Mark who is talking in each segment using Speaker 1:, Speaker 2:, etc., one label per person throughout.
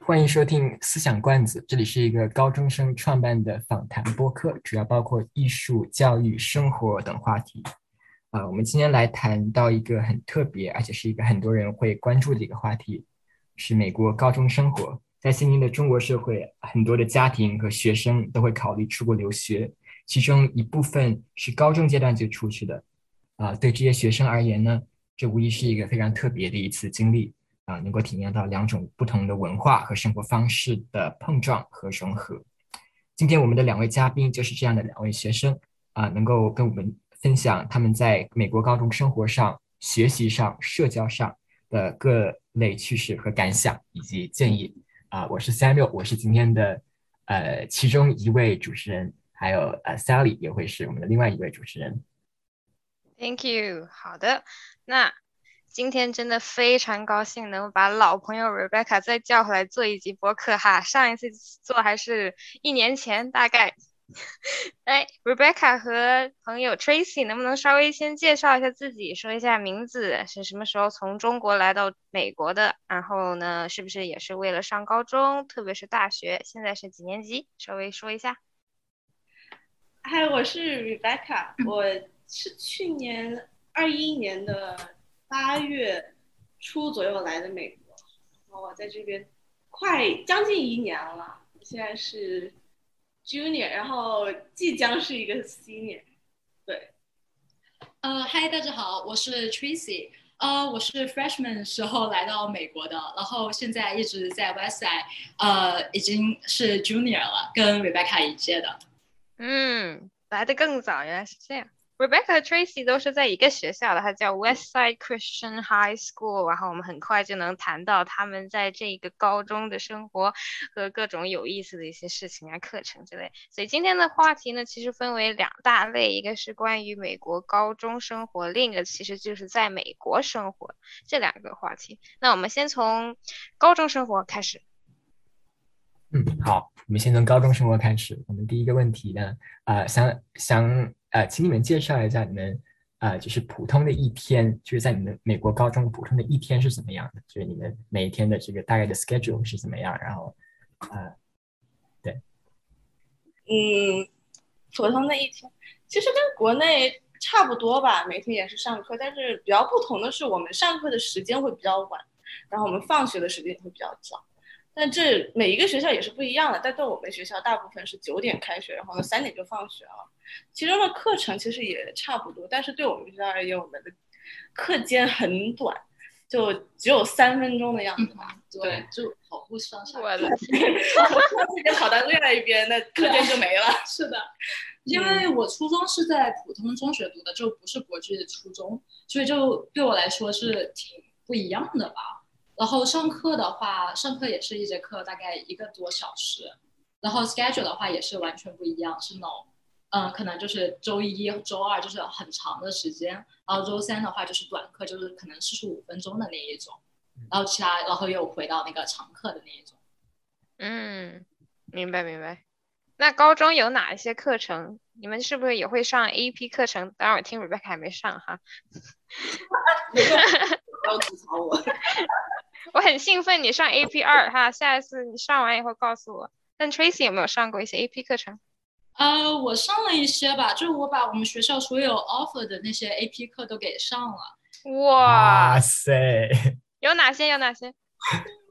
Speaker 1: 欢迎收听思想罐子，这里是一个高中生创办的访谈播客，主要包括艺术、教育、生活等话题。啊、我们今天来谈到一个很特别，而且是一个很多人会关注的一个话题，是美国高中生活。在现今的中国社会，很多的家庭和学生都会考虑出国留学，其中一部分是高中阶段就出去的。啊、对这些学生而言呢，这无疑是一个非常特别的一次经历啊、能够体验到两种不同的文化和生活方式的碰撞和融合。今天我们的两位嘉宾就是这样的两位学生啊、能够跟我们分享他们在美国高中生活上、学习上、社交上的各类趣事和感想以及建议。啊、我是三六，我是今天的呃其中一位主持人，还有呃 Sally 也会是我们的另外一位主持人。
Speaker 2: Thank you，好的，那今天真的非常高兴能把老朋友 Rebecca 再叫回来做一集播客哈，上一次做还是一年前大概。哎，Rebecca 和朋友 Tracy 能不能稍微先介绍一下自己，说一下名字是什么时候从中国来到美国的？然后呢，是不是也是为了上高中，特别是大学？现在是几年级？稍微说一下。
Speaker 3: 嗨，我是 Rebecca，我是去年二一年的八月初左右来的美国，然后我在这边快将近一年了，我现在是 junior，然后即将是一个 senior。
Speaker 4: 呃，嗨，大家好，我是 Tracy，呃，我是 freshman 时候来到美国的，然后现在一直在 Westside，呃，已经是 junior 了，跟 Rebecca 一届的。
Speaker 2: 嗯，来的更早，原来是这样。Rebecca 和 Tracy 都是在一个学校的，它叫 Westside Christian High School。然后我们很快就能谈到他们在这个高中的生活和各种有意思的一些事情啊、课程之类。所以今天的话题呢，其实分为两大类，一个是关于美国高中生活，另一个其实就是在美国生活这两个话题。那我们先从高中生活开始。
Speaker 1: 嗯，好，我们先从高中生活开始。我们第一个问题呢，呃，想想呃，请你们介绍一下你们呃，就是普通的一天，就是在你们美国高中普通的一天是怎么样的？就是你们每一天的这个大概的 schedule 是怎么样？然后呃，
Speaker 3: 嗯，普通的一天，其实跟国内差不多吧，每天也是上课，但是比较不同的是，我们上课的时间会比较晚，然后我们放学的时间也会比较早。但这每一个学校也是不一样的，但对我们学校大部分是九点开学，然后呢三点就放学了。其中的课程其实也差不多，但是对我们学校而言，我们的课间很短，就只有三分钟的样子吧。 对，
Speaker 4: 就跑步上下。
Speaker 2: 我的
Speaker 3: 这边跑到另外一边，那课间就没了。
Speaker 4: 是的，因为我初中是在普通中学读的，就不是国际初中，所以就对我来说是挺不一样的吧。然后上课的话，上课也是一节课大概一个多小时，然后 schedule 的话也是完全不一样，是那种，嗯，可能就是周一、周二就是很长的时间，然后周三的话就是短课，就是可能四十五分钟的那一种，然后其他然后又回到那个长课的那一种。
Speaker 2: 嗯，明白明白。那高中有哪一些课程？你们是不是也会上 AP 课程？当然，我听 Rebecca 还没上哈，
Speaker 3: 没有，不要吐槽我。
Speaker 2: 我很兴奋你上 AP 二哈，下一次你上完以后告诉我。但 Tracy 有没有上过一些 AP 课程？
Speaker 4: 呃，我上了一些吧，就是我把我们学校所有 offer 的那些 AP 课都给上了。
Speaker 2: 哇，
Speaker 1: 塞，
Speaker 2: 有哪些？有哪些？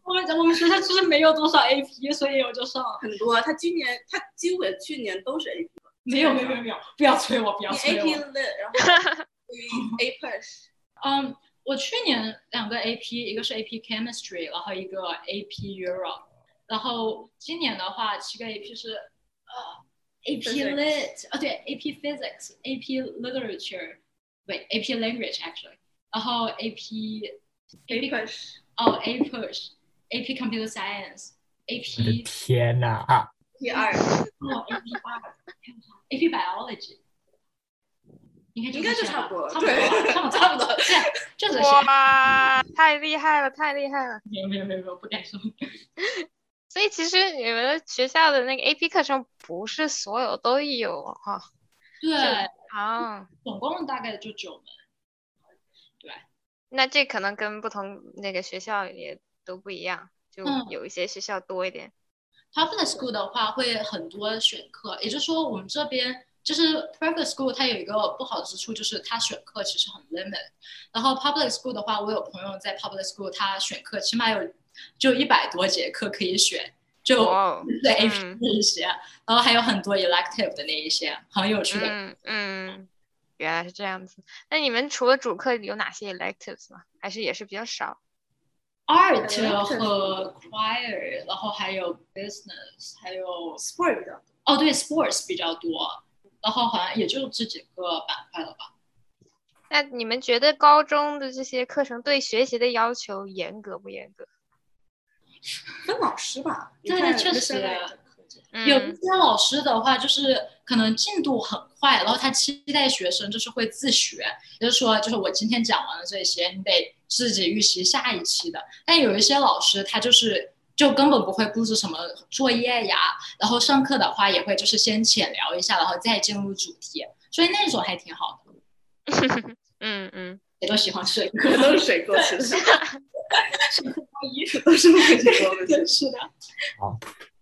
Speaker 4: 我们我们学校就是没有多少 AP，所以我就上了。
Speaker 3: 很多，他今年他几乎也去年都是 AP，
Speaker 4: 没有没有没有没有，不要催我，不要
Speaker 3: 你
Speaker 4: 催
Speaker 3: AP
Speaker 4: 我。
Speaker 3: lit，然 后 A push，
Speaker 4: 嗯，我去年两个 AP，一个是 AP Chemistry，然后一个 AP Europe，然后今年的话，七个 AP 是呃 AP
Speaker 3: Physics
Speaker 4: Lit，啊对，AP Physics，AP Literature，对，AP Language actually，然后 AP
Speaker 3: A push，
Speaker 4: 哦 A Push，AP Computer Science，AP
Speaker 1: 我的天呐啊！
Speaker 3: 第二
Speaker 4: 哦 AP 八，AP Biology，应该
Speaker 3: 应该就
Speaker 4: 这样
Speaker 3: 差不多
Speaker 4: 差不多
Speaker 3: 对
Speaker 4: 了，差不多，差不多，对，就这些。
Speaker 2: 哇，太厉害了，太厉害了！
Speaker 4: 没有没有没有没有，不敢说。
Speaker 2: 所以其实你们的学校的那个 AP 课程不是所有都有哈。
Speaker 4: 对，
Speaker 2: 啊，
Speaker 4: 总共大概就九门。
Speaker 2: 那这可能跟不同那个学校也都不一样，就
Speaker 4: 嗯
Speaker 2: 有一些学校多一点。
Speaker 4: private school 的话会很多选课，也就是说我们这边就是 private school 它有一个不好之处，就是它选课其实很 limit。然后 public school 的话，我有朋友在 public school，他选课起码有就一百多节课可以选，就
Speaker 2: 哇哦，
Speaker 4: 对
Speaker 2: 嗯
Speaker 4: AP 那一些，然后还有很多 elective 的那一些，很有趣的。
Speaker 2: 嗯嗯，原来是这样子。那你们除了主课有哪些 electives 吗？还是也是比较少？
Speaker 4: art 和 choir，然后还有 business，还有
Speaker 3: sport 比较多。
Speaker 4: 哦对 sports 比较多，然后好像也就这几个板块了吧。
Speaker 2: 那你们觉得高中的这些课程对学习的要求严格不严格？
Speaker 3: 分老师吧，
Speaker 4: 对
Speaker 3: 你看
Speaker 4: 确实
Speaker 3: Mr. Knight 的课件
Speaker 4: 有一
Speaker 2: 嗯
Speaker 4: 些老师的话，就是可能进度很快，然后他期待学生就是会自学，也就是说，就是我今天讲完了这些，你得自己预习下一期的。但有一些老师，他就是就根本不会布置什么作业呀，然后上课的话也会就是先浅聊一下，然后再进入主题，所以那种还挺好的。
Speaker 2: 嗯嗯，
Speaker 4: 谁都喜欢 水课，
Speaker 3: 可能都是水过 去的，衣服都是水过去的。
Speaker 4: 是的。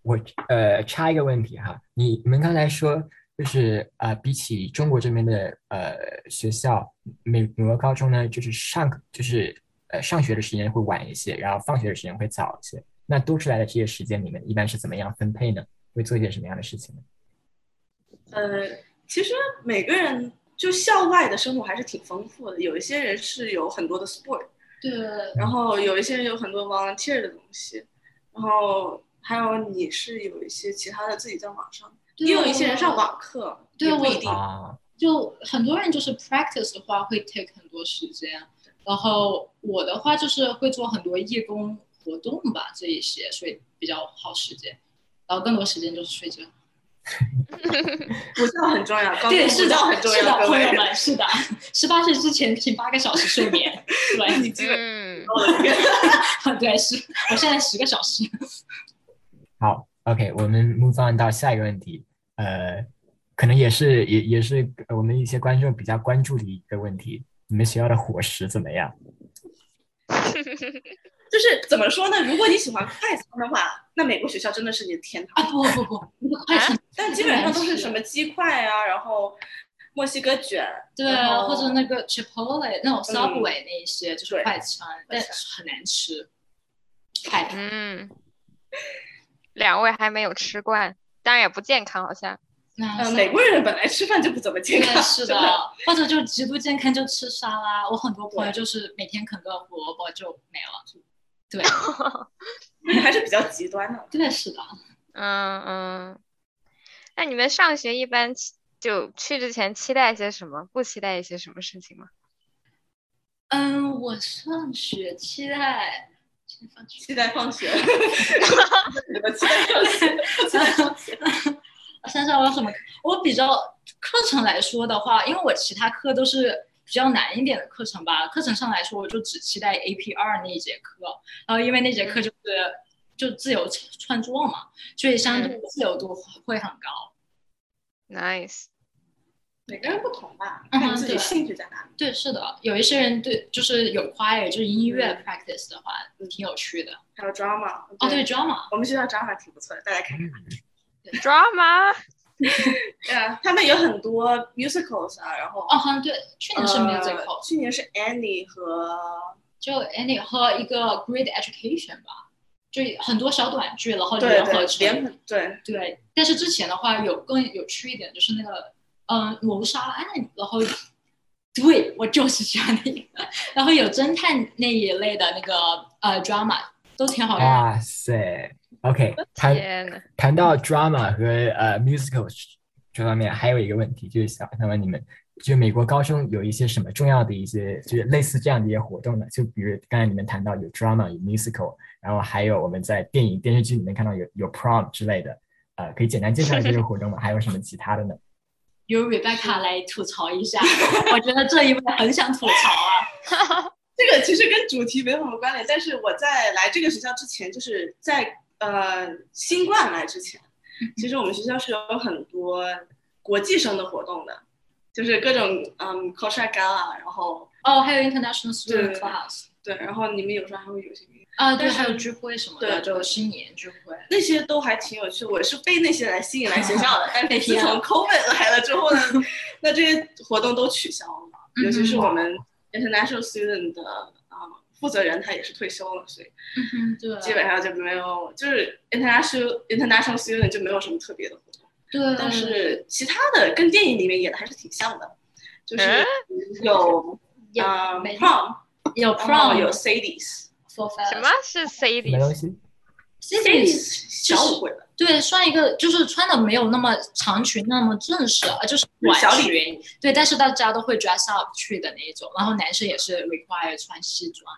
Speaker 1: 我呃插一个问题哈，你你们刚才说就是呃，比起中国这边的呃学校，美国高中呢，就是上课就是呃上学的时间会晚一些，然后放学的时间会早一些。那多出来的这些时间，你们一般是怎么样分配呢？会做一些什么样的事情呢？
Speaker 3: 呃，其实每个人就校外的生活还是挺丰富的，有一些人是有很多的 sport，
Speaker 4: 对，
Speaker 3: 然后有一些人有很多 volunteer 的东西，然后还有你是有一些其他的自己在网上，
Speaker 4: 对啊
Speaker 3: 也有一些人上网课，
Speaker 4: 对
Speaker 3: 也不
Speaker 4: 我
Speaker 3: 一定。
Speaker 1: 啊，
Speaker 4: 就很多人就是 practice 的话会 take 很多时间，然后我的话就是会做很多义工活动吧，这一些，所以比较耗时间，然后更多时间就是睡觉。
Speaker 3: 补觉很重要，高中
Speaker 4: 对，
Speaker 3: 补
Speaker 4: 是的
Speaker 3: 觉很，重
Speaker 4: 是
Speaker 3: 要，
Speaker 4: 的，
Speaker 3: 各
Speaker 4: 朋友
Speaker 3: 位。
Speaker 4: 们，是的，十八岁之前请八个小时睡眠，对，
Speaker 3: 你基本
Speaker 2: 嗯，
Speaker 4: 对，是我现在十个小时。
Speaker 1: 好，OK，我们 move on 到下一个问题，呃，可能也是也也是我们一些观众比较关注的一个问题，你们学校的伙食怎么样？
Speaker 3: 就是怎么说呢？如果你喜欢快餐的话，那美国学校真的是你的天堂。
Speaker 4: 啊不不不，你的快餐，
Speaker 3: 但基本上都是什么鸡块啊，然后墨西哥卷，
Speaker 4: 对，
Speaker 3: 然后嗯
Speaker 4: 或者那个 Chipotle 那种 Subway 那一些就是
Speaker 3: 对
Speaker 4: 快餐，但是很难吃。太
Speaker 2: 嗯，两位还没有吃惯，当然也不健康，好像。
Speaker 4: 那
Speaker 3: 呃，
Speaker 4: 算
Speaker 3: 美国人本来吃饭就不怎么健
Speaker 4: 对，
Speaker 3: 康，
Speaker 4: 是
Speaker 3: 真的。
Speaker 4: 的，或者就极度健康就吃沙拉。我很多朋友
Speaker 3: 对
Speaker 4: 就是每天啃个胡萝卜就没了。对，
Speaker 3: 你还是比较极端的。
Speaker 4: 对，是的。
Speaker 2: 嗯嗯，那你们上学一般期就去之前期待一些什么？不期待一些什么事情吗？
Speaker 4: 嗯，我上学期待，期待
Speaker 3: 期待放学，我期待放学，期待放学。
Speaker 4: 山上有什么？我比较课程来说的话，因为我其他课都是比较难一点的课程吧。课程上来说，我就只期待 AP 二那一节课，然后因为那节课就是就自由创作嘛，所以相对自由度会很高。
Speaker 2: Nice，
Speaker 3: 每个人不同吧，
Speaker 4: 嗯
Speaker 3: 看你自己
Speaker 4: 对
Speaker 3: 兴趣在哪里。
Speaker 4: 对，是的，有一些人对就是有 choir，就是音乐 practice 的话，
Speaker 3: 嗯
Speaker 4: 挺有趣的。
Speaker 3: 还有 drama，
Speaker 4: 哦，对，drama，
Speaker 3: 我们学校 drama 挺不错的，大家看。
Speaker 2: drama，
Speaker 3: 对啊，他们有很多 musicals 啊，然后
Speaker 4: 哦，好像对，去年是 musical，、
Speaker 3: 呃去年是 Annie 和
Speaker 4: 就 Annie 和一个 Great Education 吧，就很多小短剧，然后
Speaker 3: 对
Speaker 4: 联合
Speaker 3: 对
Speaker 4: 成
Speaker 3: 联合对
Speaker 4: 对，但是之前的话有更有趣一点，就是那个嗯谋杀案，然后对我就是喜欢那个，然后有侦探那一类的那个呃 drama 都挺好看
Speaker 3: 啊
Speaker 4: 的。
Speaker 1: 哇塞，OK，谈
Speaker 2: 天呐，
Speaker 1: 谈到 drama 和呃 musical 这方面，还有一个问题就是想问问你们，就美国高中有一些什么重要的一些，就是类似这样的一些活动呢？就比如刚才你们谈到有 drama 有 musical，然后还有我们在电影电视剧里面看到有有 prom 之类的，呃，可以简单介绍一下这个活动吗？还 有什么其他的呢？
Speaker 4: 由 Rebecca 来吐槽一下，我觉得这一位很想吐槽啊。
Speaker 3: 这个其实跟主题没有什么关联，但是我在来这个学校之前，就是在呃新冠来之前，
Speaker 4: 嗯
Speaker 3: 其实我们学校是有很多国际生的活动的，就是各种嗯 c o s h a gala，然后
Speaker 4: 哦，还有 International Student
Speaker 3: 对
Speaker 4: Class，
Speaker 3: 对，然后你们有时候还会有一些
Speaker 4: 啊，对，
Speaker 3: 但是
Speaker 4: 还有聚会什么的，
Speaker 3: 对
Speaker 4: 就新年聚会。
Speaker 3: 那些都还挺有趣，我是被那些来吸引来学校 的。但是自
Speaker 4: 啊
Speaker 3: 从 COVID 来了之后呢，那这些活动都取消了，
Speaker 4: 嗯
Speaker 3: 尤其是我们 international student 的啊、呃负责人他也是退休了，所以
Speaker 4: 嗯哼，对，
Speaker 3: 基本上就没有，就是 international international student 就没有什么特别的活动。
Speaker 4: 对，
Speaker 3: 但
Speaker 4: 嗯
Speaker 3: 是其他的跟电影里面演的还是挺像的，就是
Speaker 2: 嗯
Speaker 3: 有
Speaker 4: 有
Speaker 3: 啊、呃
Speaker 4: 没
Speaker 3: prom，
Speaker 4: 有
Speaker 3: 然后
Speaker 4: prom
Speaker 3: 有 sadies。
Speaker 4: for
Speaker 2: 什么是
Speaker 1: 什么东
Speaker 2: Sadie？
Speaker 1: 西？
Speaker 4: Cities
Speaker 3: 小舞会吧，
Speaker 4: 对，穿一个就是穿的没有那么长裙那么正式，呃就是短
Speaker 3: 小礼
Speaker 4: 裙。对，但是大家都会 dress up 去的那一种，然后男生也是 require 穿西装。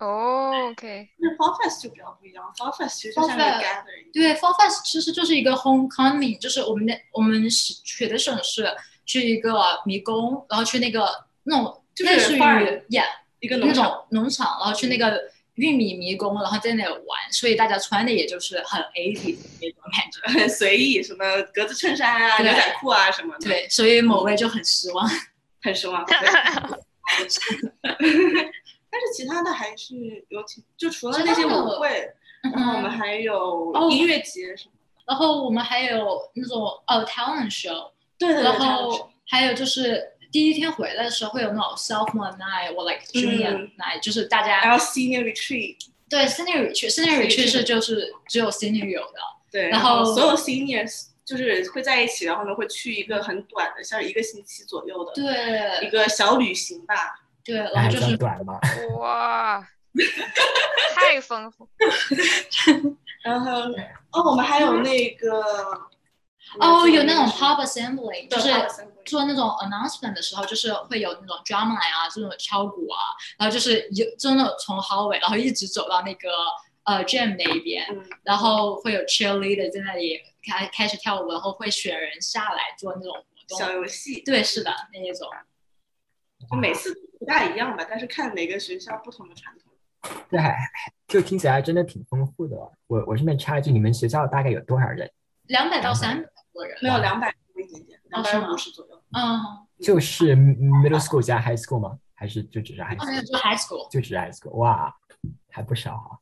Speaker 2: 哦，OK，
Speaker 3: 那 Fall Fest 就比较不一样，Fall Fest 其实就像一个
Speaker 4: Fall Fest
Speaker 3: gathering，
Speaker 4: 对 f o r f e s t 其实就是一个 homecoming，就是我们的我们取的省市去一个迷宫，然后去那个那种
Speaker 3: 就是
Speaker 4: 类似于
Speaker 3: farm
Speaker 4: yeah
Speaker 3: 一个
Speaker 4: 那
Speaker 3: 农场。
Speaker 4: 种农场，然后去那个玉米迷宫，然后在那里玩，所以大家穿的也就是很80 s 那种感觉。
Speaker 3: 很 随意，什么格子衬衫啊、
Speaker 4: 对
Speaker 3: 牛仔裤啊什么的，，
Speaker 4: 对，所以某位就很失 望。
Speaker 3: 很失 望。对但是其他的还是有挺，就除了那些舞会，然哦后我们还有
Speaker 4: 嗯哦
Speaker 3: 音乐节什么的。
Speaker 4: 然后我们还有那种哦 talent show，
Speaker 3: 对对对，
Speaker 4: 然
Speaker 3: 差不多
Speaker 4: 后还有就是第一天回来的时候会有那种 sophomore night 或 like
Speaker 3: 嗯
Speaker 4: junior night，、就是大
Speaker 3: 还
Speaker 4: 家
Speaker 3: 有 senior retreat，
Speaker 4: 对 senior 去 senior
Speaker 3: 是
Speaker 4: 去
Speaker 3: 是
Speaker 4: 是就是只有 senior 有的，
Speaker 3: 对，
Speaker 4: 然
Speaker 3: 然
Speaker 4: 后
Speaker 3: 所有 seniors 就是会在一起，然后呢会去一个很短的，像一个星期左右的一
Speaker 4: 对
Speaker 3: 个小旅行吧。
Speaker 4: 对，
Speaker 1: 那
Speaker 4: 然
Speaker 1: 还比
Speaker 4: 后呃就
Speaker 1: 较
Speaker 4: 是
Speaker 1: 短了 吧？
Speaker 2: 哇，太丰富，
Speaker 3: 然后哦，我们还有那个
Speaker 4: 嗯哦有那种
Speaker 3: pop，
Speaker 4: pub assembly，
Speaker 3: 对
Speaker 4: 就是
Speaker 3: pub assembly
Speaker 4: 做那种 announcement 的时候，就是会有那种 drumline 啊，这种敲鼓啊，然后就是有就那种从 hallway，然后一直走到那个呃 jam 那一边，
Speaker 3: 嗯
Speaker 4: 然后会有 cheerleader 在那里开开始跳舞，然后会选人下来做那种活
Speaker 3: 小
Speaker 4: 动。
Speaker 3: 游戏，
Speaker 4: 对，是的，那一种。
Speaker 3: 就每次不大一样吧，但是看每个学校不同的传统。
Speaker 1: 这还还就听起来真的挺丰富的哦。我我顺便插一句，你们学校大概有多少人？
Speaker 4: 两百到三百个人。
Speaker 3: 没有两百多一点点，两
Speaker 4: 哦
Speaker 3: 百
Speaker 4: 是吗
Speaker 3: 五十左右。
Speaker 4: 嗯，
Speaker 1: 就是 middle school 加 high school 吗？还是就只是 high
Speaker 4: 哦，没
Speaker 1: school？
Speaker 4: 有，就是 high school。
Speaker 1: 就只是 high school？哇，还不少哈、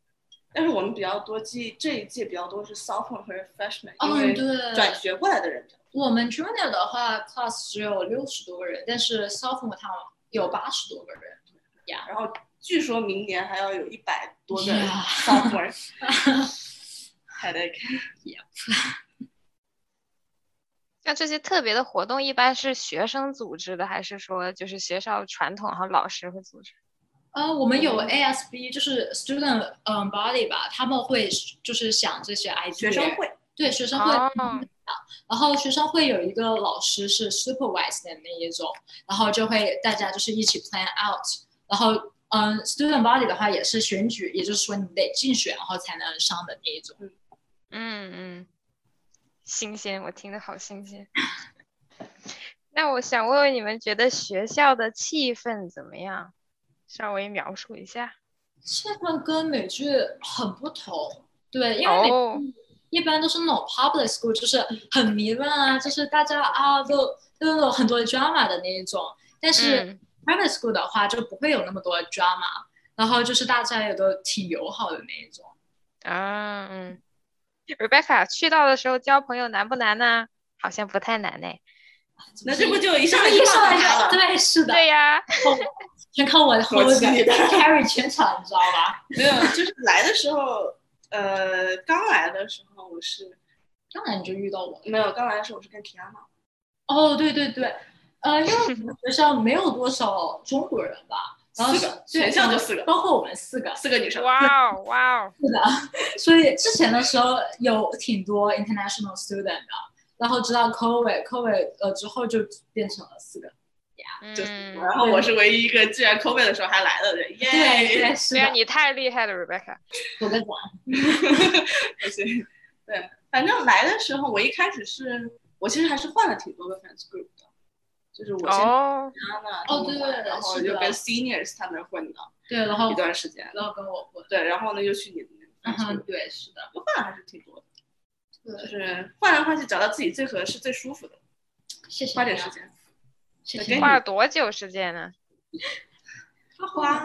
Speaker 3: 但是我们比较多记这一届比较多是 sophomore 和 freshman，因
Speaker 4: 嗯，
Speaker 3: 为转
Speaker 4: 对，
Speaker 3: 学过来的人比较多。
Speaker 4: 我们 junior 的话，class 只有六十多个人，但是 sophomore 他们有八十多个人。
Speaker 3: 然后据说明年还要有一百多个
Speaker 4: Yeah
Speaker 3: sophomore，还得看。
Speaker 2: 像这些特别的活动，一般是学生组织的，还是说就是学校传统，然后老师会组织？
Speaker 4: 呃，我们
Speaker 3: 嗯
Speaker 4: 有 ASB，就是 student 嗯 body 吧，他们会就是想这些 idea。
Speaker 3: 学生会，
Speaker 4: 对学生会
Speaker 2: 哦，
Speaker 4: 然后学生会有一个老师是 supervise 的那一种，然后就会大家就是一起 plan out，然后嗯，student body 的话也是选举，也就是说你得竞选然后才能上的那一种。
Speaker 2: 嗯嗯，新鲜，我听的好新鲜。 那我想问问你们，觉得学校的气氛怎么样？稍微描述一下。
Speaker 4: 气氛跟美剧很不同，对，因为美
Speaker 2: 哦，
Speaker 4: 一般都是那种 public school，就是很迷乱啊，就是大家啊都都有很多 drama 的那一种，但是。
Speaker 2: 嗯
Speaker 4: private school 的话就不会有那么多 drama，然后就是大家也都挺友好的那一种。
Speaker 2: 啊，嗯，Rebecca 去到的时候交朋友难不难呢？好像不太难呢。
Speaker 3: 那这不就一上来
Speaker 4: 一
Speaker 3: 就
Speaker 4: 上
Speaker 3: 上
Speaker 4: 来
Speaker 3: 来
Speaker 4: 就
Speaker 3: 了？
Speaker 4: 对，是的，
Speaker 2: 对呀，
Speaker 4: 全靠我的 hold
Speaker 3: 我记得
Speaker 4: carry 全场，你知道吧？
Speaker 3: 没有，就是来的时候，呃，刚来的时候我是
Speaker 4: 当然你就遇到我了。
Speaker 3: 没有，刚来的时候我是跟 Tiana，
Speaker 4: 哦，对对对，呃，因为我们学校没有多少中国人吧，然后
Speaker 3: 四个
Speaker 4: 对
Speaker 3: 全校就四个
Speaker 4: 包括我们四个，
Speaker 3: 四个女生。
Speaker 2: 哇哦哇哦，
Speaker 4: 是的，所以之前的时候有挺多 international student 的，然后直到 COVID COVID 呃之后就变成了四个。
Speaker 3: 就是啊
Speaker 2: 嗯，
Speaker 3: 然后我是唯一一个居然 COVID 的时候还来的人，耶！
Speaker 4: 对对是
Speaker 2: 对呀，
Speaker 4: 的，
Speaker 2: 你太厉害了，Rebecca。
Speaker 4: 我跟你
Speaker 3: 而且 对，反正来的时候，我一开始是我其实还是换了挺多个 fans group 的，就是我先
Speaker 2: 哦，
Speaker 3: 加了
Speaker 4: 哦对
Speaker 3: 然后
Speaker 4: 是的
Speaker 3: 又跟 seniors 他们混的
Speaker 4: 对，然后
Speaker 3: 一段时间，
Speaker 4: 然后跟我混。
Speaker 3: 对，然后呢又去你的那
Speaker 4: 嗯
Speaker 3: 个 fans
Speaker 4: 哼
Speaker 3: group，，
Speaker 4: 对，是的，
Speaker 3: 就换了还是挺多的，就
Speaker 4: 对，
Speaker 3: 是换来换去找到自己最合适、最舒服的，
Speaker 4: 谢谢你啊，
Speaker 3: 花点时间，
Speaker 4: 谢
Speaker 3: 给
Speaker 4: 谢
Speaker 3: 你
Speaker 4: 你，
Speaker 2: 花了多久时间呢？
Speaker 3: 花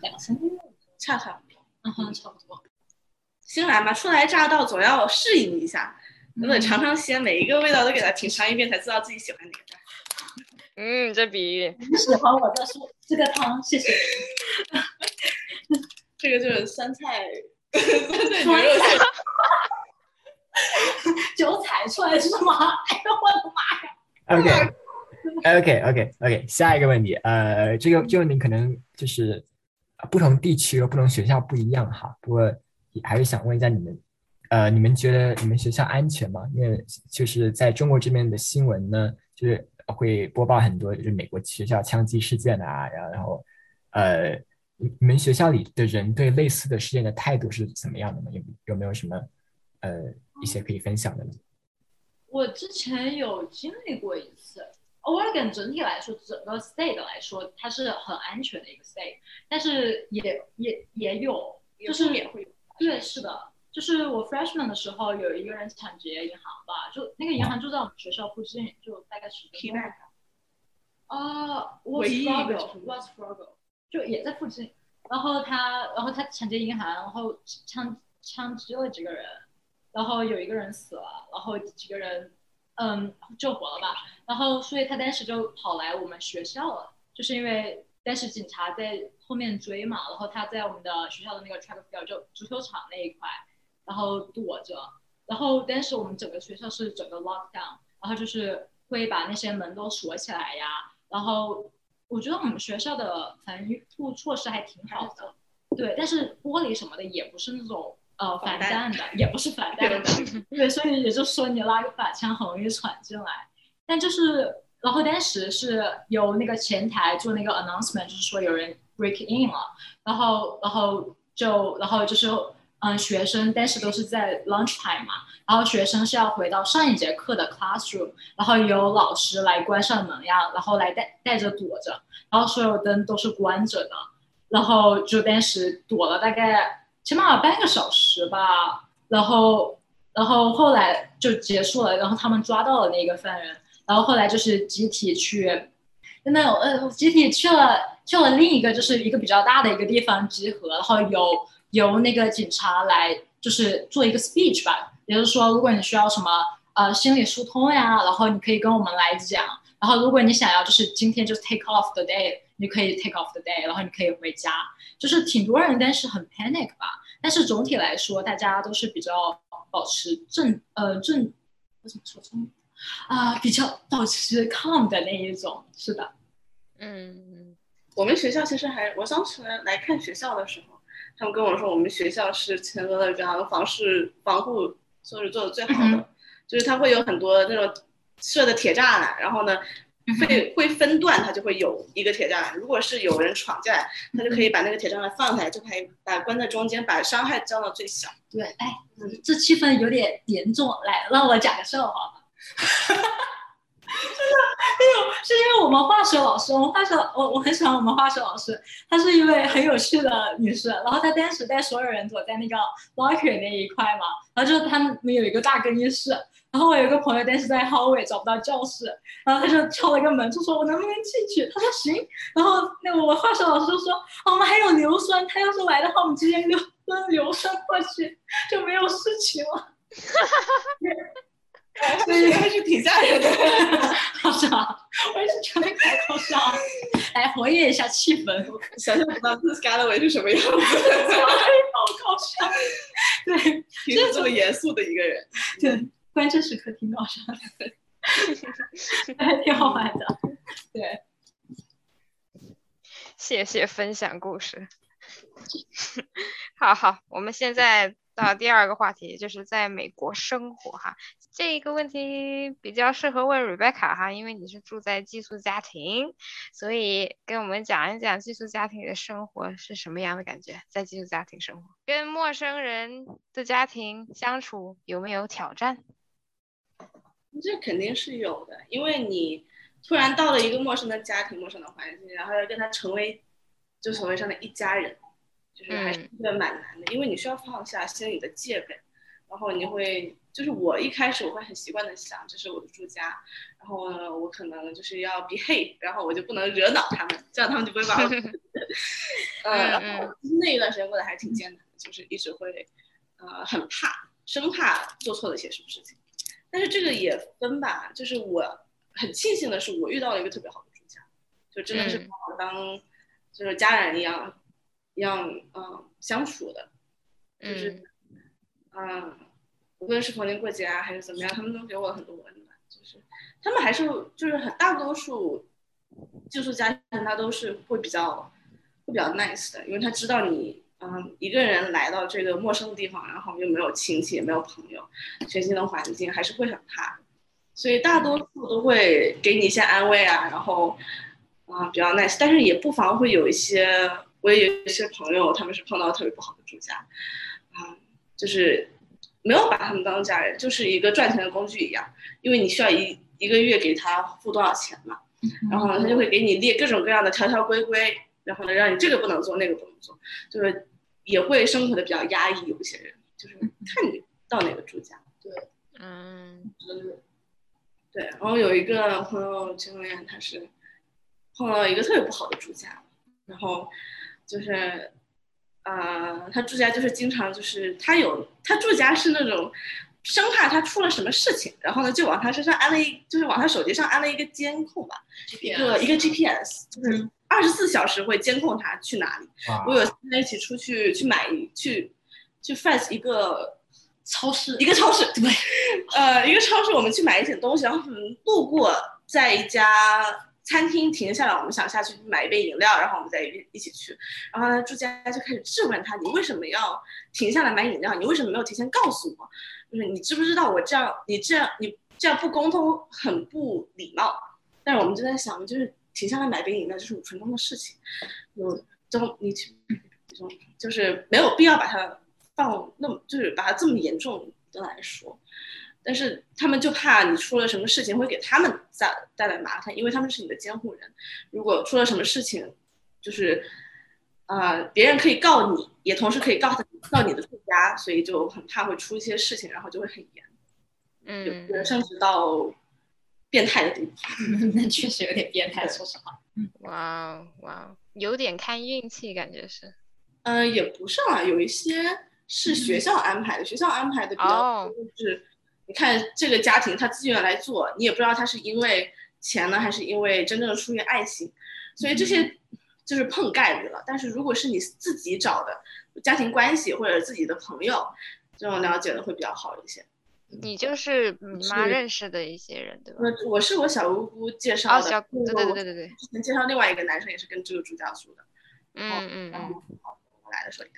Speaker 4: 两三个月吧，
Speaker 3: 恰恰不多。
Speaker 4: 嗯哼，差不多。
Speaker 3: 新来嘛，初来乍到，总要适应一下，总得
Speaker 4: 嗯
Speaker 3: 尝尝鲜，每一个味道都给它品尝一遍，才知道自己喜欢哪个。
Speaker 2: 嗯，这比喻，
Speaker 4: 喜欢我的说这个汤，谢谢。
Speaker 3: 这个就是酸菜， 酸菜牛肉馅。
Speaker 4: 韭菜出来是吗？哎呦我的妈呀！
Speaker 1: OK OK OK OK，下一个问题，呃，这个就你可能就是呃不同地区和不同学校不一样哈，不过也还是想问一下你们，呃，你们觉得你们学校安全吗？因为就是在中国这边的新闻呢，就是会播报很多就是美国学校枪击事件啊，然后然后呃，你你们学校里的人对类似的事件的态度是怎么样的呢？有有没有什么呃一些可以分享的呢？
Speaker 4: 我之前有经历过一次，Oregon 整体来说，整个 state 来说，它是很安全的一个 state，但是也也也有，就是
Speaker 3: 也会有。
Speaker 4: 对，是的，就是我 freshman 的时候有一个人抢劫银行吧，就那个银行就在我们学校附近，就大概十
Speaker 3: 皮
Speaker 4: 分钟
Speaker 3: 蛋。
Speaker 4: 啊
Speaker 3: 唯一一个成功
Speaker 4: Wells Fargo，就也在附近。然后他，然后他抢劫银行，然后枪枪击了几个人，然后有一个人死了，然后几个人嗯救活了吧。然后所以他当时就跑来我们学校了，就是因为当时警察在后面追嘛，然后他在我们的学校的那个 track field 就足球场那一块，然后躲着。然后当时我们整个学校是整个 lockdown，然后就是会把那些门都锁起来呀，然后我觉得我们学校的防护措施还挺好的，对，但是玻璃什么的也不是那种呃
Speaker 3: 防
Speaker 4: 防
Speaker 3: 弹
Speaker 4: 弹的，也不是防弹的， 对，所以也就是说你拉个把枪很容易闯进来，但就是然后当时是由那个前台做那个 announcement，就是说有人 break in 了，然后然后就然后就是嗯学生当时都是在 lunch time 嘛，然后学生是要回到上一节课的 classroom，然后由老师来关上门呀，然后来带带着躲着，然后所有灯都是关着的，然后就当时躲了大概起码有半个小时吧，然后然后后来就结束了，然后他们抓到了那个犯人，然后后来就是集体去，那种呃集体去了去了另一个就是一个比较大的一个地方集合，然后由由那个警察来就是做一个 speech 吧，也就是说如果你需要什么呃心理疏通呀，然后你可以跟我们来讲，然后如果你想要就是今天就是 take off the day，你可以 take off the day，然后你可以回家，就是挺多人但是很 panic 吧，但是总体来说大家都是比较保持正呃正我怎么说中文啊、比较保持 calm 的那一种，是的，
Speaker 2: 嗯，
Speaker 3: 我们学校其实还，我当时来看学校的时候，他们跟我说我们学校是全俄勒冈房市防护措施做的最好的，
Speaker 4: 嗯
Speaker 3: 就是它会有很多那种设的铁栅栏，然后呢。会会分段，它就会有一个铁栅栏。如果是有人闯进来，它就可以把那个铁栅栏放下来，就可以把关在中间，把伤害降到最小。
Speaker 4: 对，哎，这气氛有点严重，来让我讲个笑话吧。 真的，哎呦，是因为我们化学老师，我们化学老我我很喜欢我们化学老师，她是一位很有趣的女生，然后她当时带所有人躲在那个 locker 那一块嘛，然后就是他们有一个大更衣室，然后我有一个朋友当时在 hallway 找不到教室，然后他就敲了一个门，就说我能不能进去？他说行，然后那个我化学老师就说，哦我们还有硫酸，他要是来的话，我们直接扔扔硫酸过去。就没有事情了，
Speaker 3: 所以还是挺吓人的。
Speaker 4: 好笑，我也是觉得太搞笑了，来活跃一下气 氛，
Speaker 3: 想象不到这 Scalaway 是什么样子，
Speaker 4: 好搞笑，对
Speaker 3: 平时这么严肃的一个人。
Speaker 4: 对，关键时刻挺搞笑的，还 挺好玩的，对，
Speaker 2: 谢谢分享故事。 好好，我们现在到第二个话题，就是在美国生活哈。这一个问题比较适合问 Rebecca 哈，因为你是住在寄宿家庭，所以跟我们讲一讲寄宿家庭里的生活是什么样的感觉，在寄宿家庭生活，跟陌生人的家庭相处有没有挑战？
Speaker 3: 这肯定是有的，因为你突然到了一个陌生的家庭、陌生的环境，然后要跟他成为就所谓上的一家人，就是还
Speaker 2: 嗯
Speaker 3: 是一个蛮难的，因为你需要放下心里的戒备，然后你会就是我一开始我会很习惯的想，这是我的住家， 然后呢，我可能就是要 behave，然后我就不能惹恼他们，这样他们就不会把我。呃，
Speaker 2: 嗯
Speaker 3: 然后那一段时间过得还挺艰难的，就是一直会呃很怕，生怕做错了些什么事情。但是这个也分吧，就是我很庆幸的是，我遇到了一个特别好的助教，就真的是
Speaker 2: 嗯
Speaker 3: 把我当就是家人一样一样嗯、呃相处的，就是
Speaker 2: 嗯
Speaker 3: 嗯，无论是逢年过节啊，还是怎么样，他们都给我很多温暖。就是他们还是就是很大多数寄宿家庭，他都是会比较会比较 nice 的，因为他知道你嗯一个人来到这个陌生的地方，然后又没有亲戚，也没有朋友，全新的环境，还是会很怕的。所以大多数都会给你一些安慰啊，然后啊、比较 nice，但是也不妨会有一些，我也有一些朋友他们是碰到特别不好的住家，啊、就是没有把他们当家人，就是一个赚钱的工具一样，因为你需要一一个月给他付多少钱嘛，然后呢，他就会给你列各种各样的条条规规，然后呢，让你这个不能做，那个不能做，就是也会生活的比较压抑。有一些人就是看你到哪个住家，
Speaker 2: 嗯
Speaker 4: 就是
Speaker 3: 对。然后有一个朋友前两年他是碰到一个特别不好的住家，然后就是。呃，他住家就是经常就是他有他住家是那种生怕他出了什么事情，然后呢就往他身上安了一就是往他手机上安了一个监控吧，一
Speaker 4: 啊
Speaker 3: 个一个 GPS，就是二十四小时会监控他去哪里。
Speaker 1: 哇
Speaker 3: 我有次跟他一起出去去买去去 fetch 一个
Speaker 4: 超市
Speaker 3: 一个超市，对，呃，一个超市我们去买一点东西，然后我们路过在一家餐厅停下来，我们想下去买一杯饮料，然后我们再一一起去。然后呢，住家就开始质问他：“你为什么要停下来买饮料？你为什么没有提前告诉我？就是你知不知道我这样，你这样，你这样不沟通很不礼貌。”但是我们就在想，就是停下来买杯饮料就是五分钟的事情，有都你去，就是没有必要把它放那么，就是把它这么严重的来说。但是他们就怕你出了什么事情会给他们带带来麻烦，因为他们是你的监护人。如果出了什么事情，就是呃，别人可以告你，也同时可以告他告你的住家，所以就很怕会出一些事情，然后就会很严，有
Speaker 2: 嗯，
Speaker 3: 人甚至到变态的地步。
Speaker 4: 那确实有点变态，说实话。
Speaker 2: 哇哦哇哦，有点看运气，感觉是。
Speaker 3: 嗯、也不上啊，有一些是学校安排的，学校安排的比
Speaker 2: 嗯
Speaker 3: 较
Speaker 2: 哦
Speaker 3: 多就是，你看这个家庭他自愿来做，你也不知道他是因为钱呢，还是因为真正出于爱心，所以这些
Speaker 2: 嗯
Speaker 3: 就是碰概率了。但是如果是你自己找的家庭关系或者自己的朋友，这种了解的会比较好一些。
Speaker 2: 你就是你妈
Speaker 3: 是
Speaker 2: 认识的一些人，对吧？
Speaker 3: 我我是我小姑姑介
Speaker 2: 哦，
Speaker 3: 绍的，
Speaker 2: 小，对
Speaker 3: 那个
Speaker 2: 对
Speaker 3: 我
Speaker 2: 对对对，
Speaker 3: 之前介绍另外一个男生也是跟这个住家住的，
Speaker 2: 嗯嗯
Speaker 3: 然后
Speaker 2: 嗯，
Speaker 3: 我来的时候也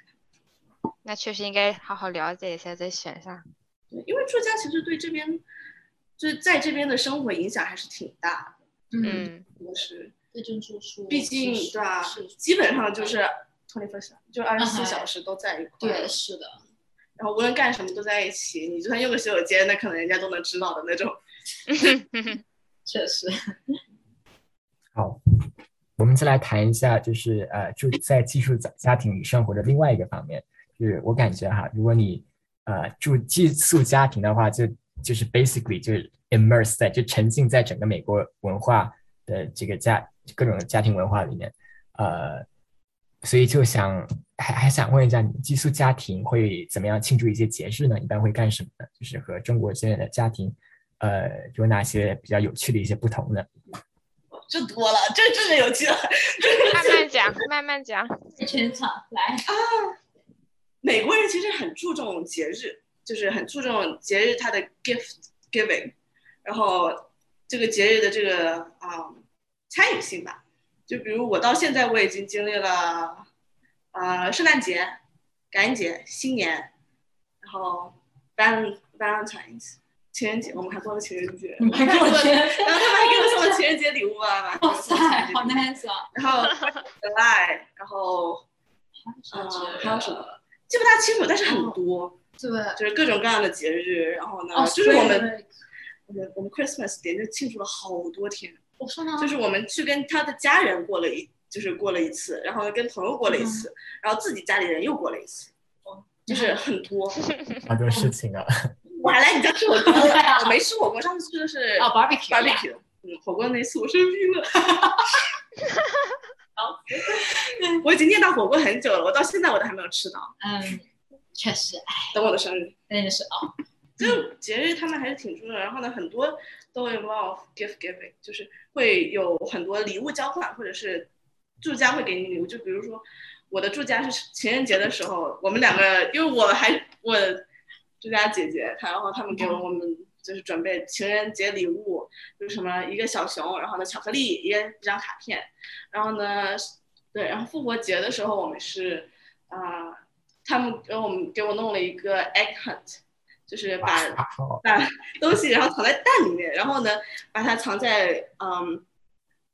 Speaker 2: 那确实应该好好了解一下再选上。
Speaker 3: 对，因为住家其实对这边，就是在这边的生活影响还是挺大
Speaker 4: 嗯，
Speaker 2: 嗯
Speaker 3: 的，就是
Speaker 4: 对珍珠说，
Speaker 3: 毕竟
Speaker 4: 是
Speaker 3: 对吧
Speaker 4: 是，嗯
Speaker 3: 基本上就是 twenty four 就二十四小时都在一块儿，
Speaker 4: 对，是的，
Speaker 3: 然后无论干什么都在一起，你就算用个洗手间，那可能人家都能知道的那种。
Speaker 4: 确实。
Speaker 1: 好，我们再来谈一下，就是呃，住在寄宿家家庭里生活的另外一个方面，就是我感觉哈，如果你呃住寄宿家庭的话，就就是 basically 就是 immerse 在就沉浸在整个美国文化的这个家各种家庭文化里面，呃，所以就想还还想问一下，你寄宿家庭会怎么样庆祝一些节日呢？一般会干什么呢？就是和中国现在的家庭，呃，有哪些比较有趣的一些不同呢？
Speaker 3: 这多了，这这就有趣了。
Speaker 2: 慢慢讲，慢慢讲。
Speaker 4: 全场 来，
Speaker 3: 美国人其实很注重节日，就是很注重节日它的 gift giving，然后这个节日的这个啊、参与性吧。就比如我到现在我已经经历了，呃，圣诞节、感恩节、新年，然后 Val Valentine's 情人节，我们还做了情人节，然后他们 还
Speaker 4: 觉
Speaker 3: 给我送了情人节礼物啊，
Speaker 4: 哇塞，好
Speaker 3: 送了情人节礼物
Speaker 4: nice 啊！
Speaker 3: 然后 July，然后嗯、呃还有什么？哦记不大清楚，但是很多。
Speaker 4: 对，
Speaker 3: 就是各种各样的节日，然后呢，
Speaker 4: 哦，
Speaker 3: 就是我们
Speaker 4: 对，
Speaker 3: 我们我们 Christmas 节就庆祝了好多天，
Speaker 4: 我说呢，
Speaker 3: 就是我们去跟他的家人过了一，就是过了一次，然后呢跟朋友过了一次，然后自己家里人又过了一次，就是很 多。
Speaker 1: 好多事情啊。
Speaker 3: 我还来你家吃火锅
Speaker 4: 对啊，
Speaker 3: 我没吃火锅，上次吃的是
Speaker 4: 哦 barbecue，
Speaker 3: barbecue，嗯，火锅那次我生病了， 我已经念叨火锅很久了，我到现在我都还没有吃到。
Speaker 4: 嗯，确实，哎，
Speaker 3: 等我的生日，
Speaker 4: 真的是哦，
Speaker 3: 就是节日他们还是挺注重的。然后呢，很多都 involve gift giving，就是会有很多礼物交换，或者是住家会给你礼物。就比如说我的住家是情人节的时候，我们两个，因为我还我住家姐姐，她然后他们给我们就是准备情人节礼物，就是什么一个小熊，然后呢巧克力，一人一张卡片，然后呢，对，然后复活节的时候我们是啊。呃他们给我们给我弄了一个 egg hunt，就是把
Speaker 1: 好，
Speaker 3: 把东西然后藏在蛋里面，然后呢把它藏在嗯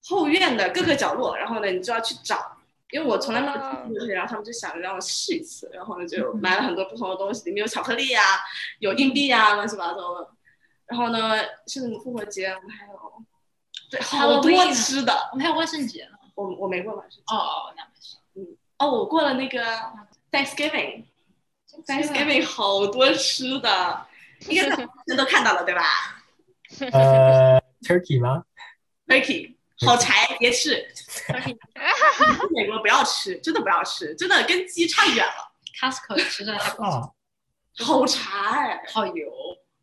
Speaker 3: 后院的各个角落，然后呢你就要去找，因为我从来没有
Speaker 2: 哦
Speaker 3: 吃过东西，然后他们就想着让我试一次，然后呢就买了很多不同的东西，里面有巧克力啊，有硬币啊，乱七八糟的。然后呢，是你们复活节，我们还有对好多
Speaker 4: Halloween
Speaker 3: 吃的，
Speaker 4: 我们还有万圣节呢。
Speaker 3: 我我没过晚上，
Speaker 4: 哦哦，那没事。
Speaker 3: 哦，我过了那个 Thanksgiving。Thanksgiving 好多吃的，应该在朋友圈都看到了对吧
Speaker 1: 呃，Turkey 吗？
Speaker 3: ？Ricky，好柴别吃， 美国不要吃，真的不要吃，真的跟鸡差远了，
Speaker 4: Costco 吃的还不错，
Speaker 1: 啊，
Speaker 3: 好柴，
Speaker 4: 好油，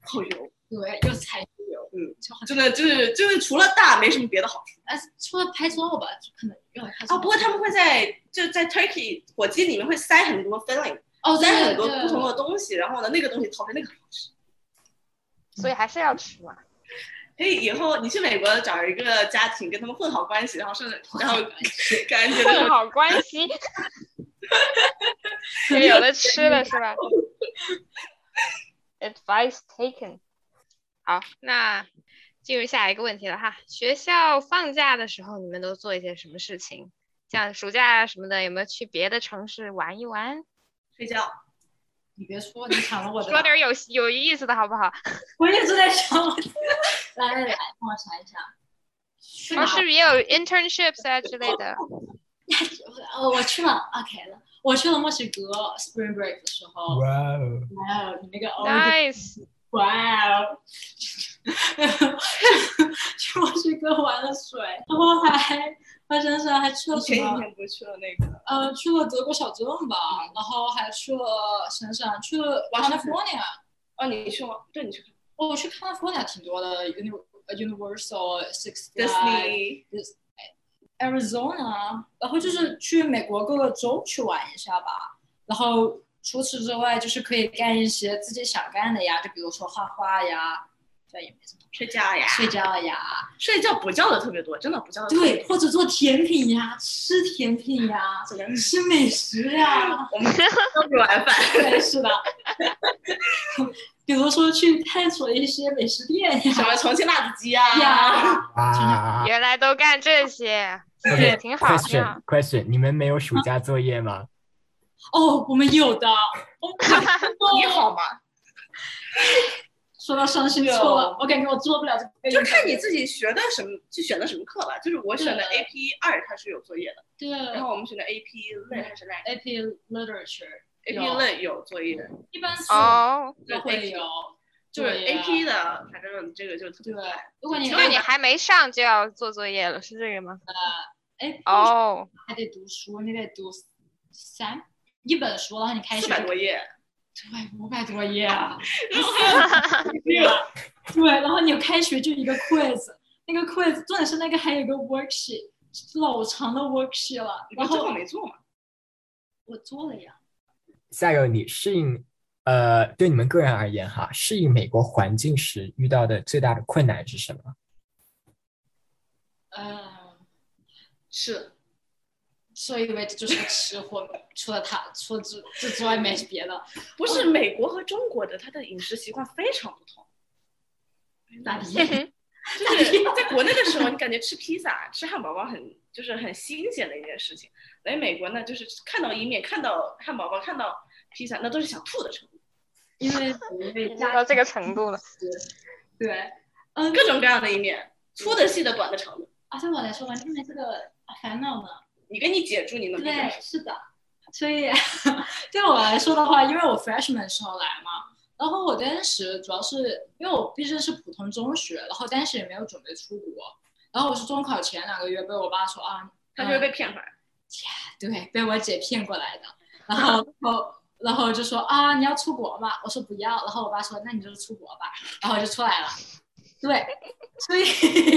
Speaker 3: 好油，
Speaker 4: 对，又柴又油，
Speaker 3: 嗯，
Speaker 4: 就很
Speaker 3: 真的就是就是除了大没什么别的好处
Speaker 4: 哎，除了拍桌吧，就可能用来拍桌。
Speaker 3: 啊。不过他们会在就在 Turkey 火鸡里面会塞很多 filling，
Speaker 4: 哦，对
Speaker 3: 塞很多不同
Speaker 4: 的
Speaker 3: 的东西，然后呢那个东西炒成那个很好吃。
Speaker 2: 所以还是要吃 嘛。
Speaker 3: 可哎以以后你去美国找一个家庭跟他们混好关系，然后甚至然 后感觉
Speaker 2: 混好关 系，也有的吃了是吧？Advice taken。好，那进入下一个问题了哈。学校放假的时候，你们都做一些什么事情？像暑假什么的，有没有去别的城市玩一玩？
Speaker 3: 睡觉。
Speaker 4: 你别说，你抢了我的。
Speaker 2: 说点有有意思的好不好？
Speaker 4: 我也是在想，我来来来，帮我查一下。去
Speaker 3: 啊
Speaker 2: 哦，
Speaker 4: 哪？
Speaker 2: 是不是也有 internships 啊之类的？
Speaker 4: 呃，我去了，OK 了，我去了墨西哥 Spring Break 的时候。
Speaker 1: 哇哦，
Speaker 4: 哇哦，你那个哦，
Speaker 2: Nice，
Speaker 4: 哇哦，去墨西哥玩了水，然后还我想想还去了
Speaker 3: 以
Speaker 4: 什
Speaker 3: 前以
Speaker 4: 么？
Speaker 3: 前不去了那个
Speaker 4: 呃，去了德国小镇吧，然后还去了想想去了 California，
Speaker 3: 哦，你去吗？对，你去看
Speaker 4: 哦，我去 California 挺多的，Uni 呃 Universal Six
Speaker 3: Disney，
Speaker 4: Flags。Arizona，然后就是去美国各个州去玩一下吧。然后除此之外，就是可以干一些自己想干的呀，就比如说画画呀，这也没什么，
Speaker 3: 睡觉呀，
Speaker 4: 睡觉呀，
Speaker 3: 睡觉补觉的特别多，真的补觉的特别
Speaker 4: 对，
Speaker 3: 多。
Speaker 4: 或者做甜品呀，吃甜品呀，
Speaker 3: 怎么样
Speaker 4: 吃美食呀，
Speaker 3: 我们都没晚饭，
Speaker 4: 对，是的。 比如说去探索一些美食店
Speaker 3: 什
Speaker 4: 呀
Speaker 3: 么重庆辣子鸡啊，
Speaker 4: 呀，
Speaker 1: 哇
Speaker 2: 原来都干这些，
Speaker 1: ，OK，
Speaker 2: 挺好挺好
Speaker 1: question。question，你们没有暑假作业吗？
Speaker 4: 哦，我们有的。我们
Speaker 3: 你好吗？
Speaker 4: 说到伤心错了，我感觉我做不了这个。
Speaker 3: 就看你自己学的什么，去选的什么课吧。就是我选的 AP 二，它是有作业的，
Speaker 4: 对
Speaker 3: 然后我们选的 AP 类还是
Speaker 4: 嗯
Speaker 3: l
Speaker 4: AP Literature，
Speaker 3: a p 类有作业，
Speaker 4: 一般是
Speaker 2: 哦，
Speaker 3: 对
Speaker 4: 都会有
Speaker 3: AP，，就是
Speaker 4: 对呀
Speaker 3: AP 的，反正这个就特别
Speaker 4: 对
Speaker 3: 快。，
Speaker 4: 如果你
Speaker 2: 那你还没上就要做作业了，是这个吗？
Speaker 4: 哎，
Speaker 2: 哦，
Speaker 4: 还得读书，你得读三一本书，然后你开学
Speaker 3: 四百多页，
Speaker 4: 对五百多页啊，对，然后你开学就一个 quiz，那个 quiz 重点是那个还有一个 worksheet，老长的 worksheet 了，
Speaker 3: 你不
Speaker 4: 然
Speaker 3: 是最后
Speaker 4: 后
Speaker 3: 没做吗？
Speaker 4: 我做了呀，
Speaker 1: 夏佑，你适应呃，对你们个人而言哈，适应美国环境时遇到的最大的困难是什么？
Speaker 4: 嗯。
Speaker 3: 是，
Speaker 4: 所以为就是吃货，除了他，除了这这之外没别的。
Speaker 3: 不是美国和中国的，它的饮食习惯非常不 同。
Speaker 4: 咋地？
Speaker 2: 嗯
Speaker 3: 就是在国内的时候，你感觉吃披萨、吃汉堡包很就是很新鲜的一件事情。来美国呢，就是看到一面，看到汉堡包，看到披萨，那都是想吐的程度，
Speaker 4: 因为因
Speaker 2: 已
Speaker 4: 为
Speaker 2: 经
Speaker 4: 家
Speaker 2: 到这个程度了。
Speaker 4: 对，
Speaker 3: 各种各样的一面，粗的、细的、短的、长的。
Speaker 4: 啊，对我来说完全没这个烦恼呢。
Speaker 3: 你跟你姐住，你能理解
Speaker 4: 对，是的。所以 对我来说的话，因为我 freshman 时候来嘛，然后我当时主要是因为我毕竟是普通中学，然后当时也没有准备出国，然后我是中考前两个月被我爸说啊，
Speaker 3: 她就会被骗回来。
Speaker 4: 对，被我姐骗过来的。然后，然后，然后就说啊，你要出国嘛？我说不要。然后我爸说，那你就出国吧。然后我就出来了。对，所以，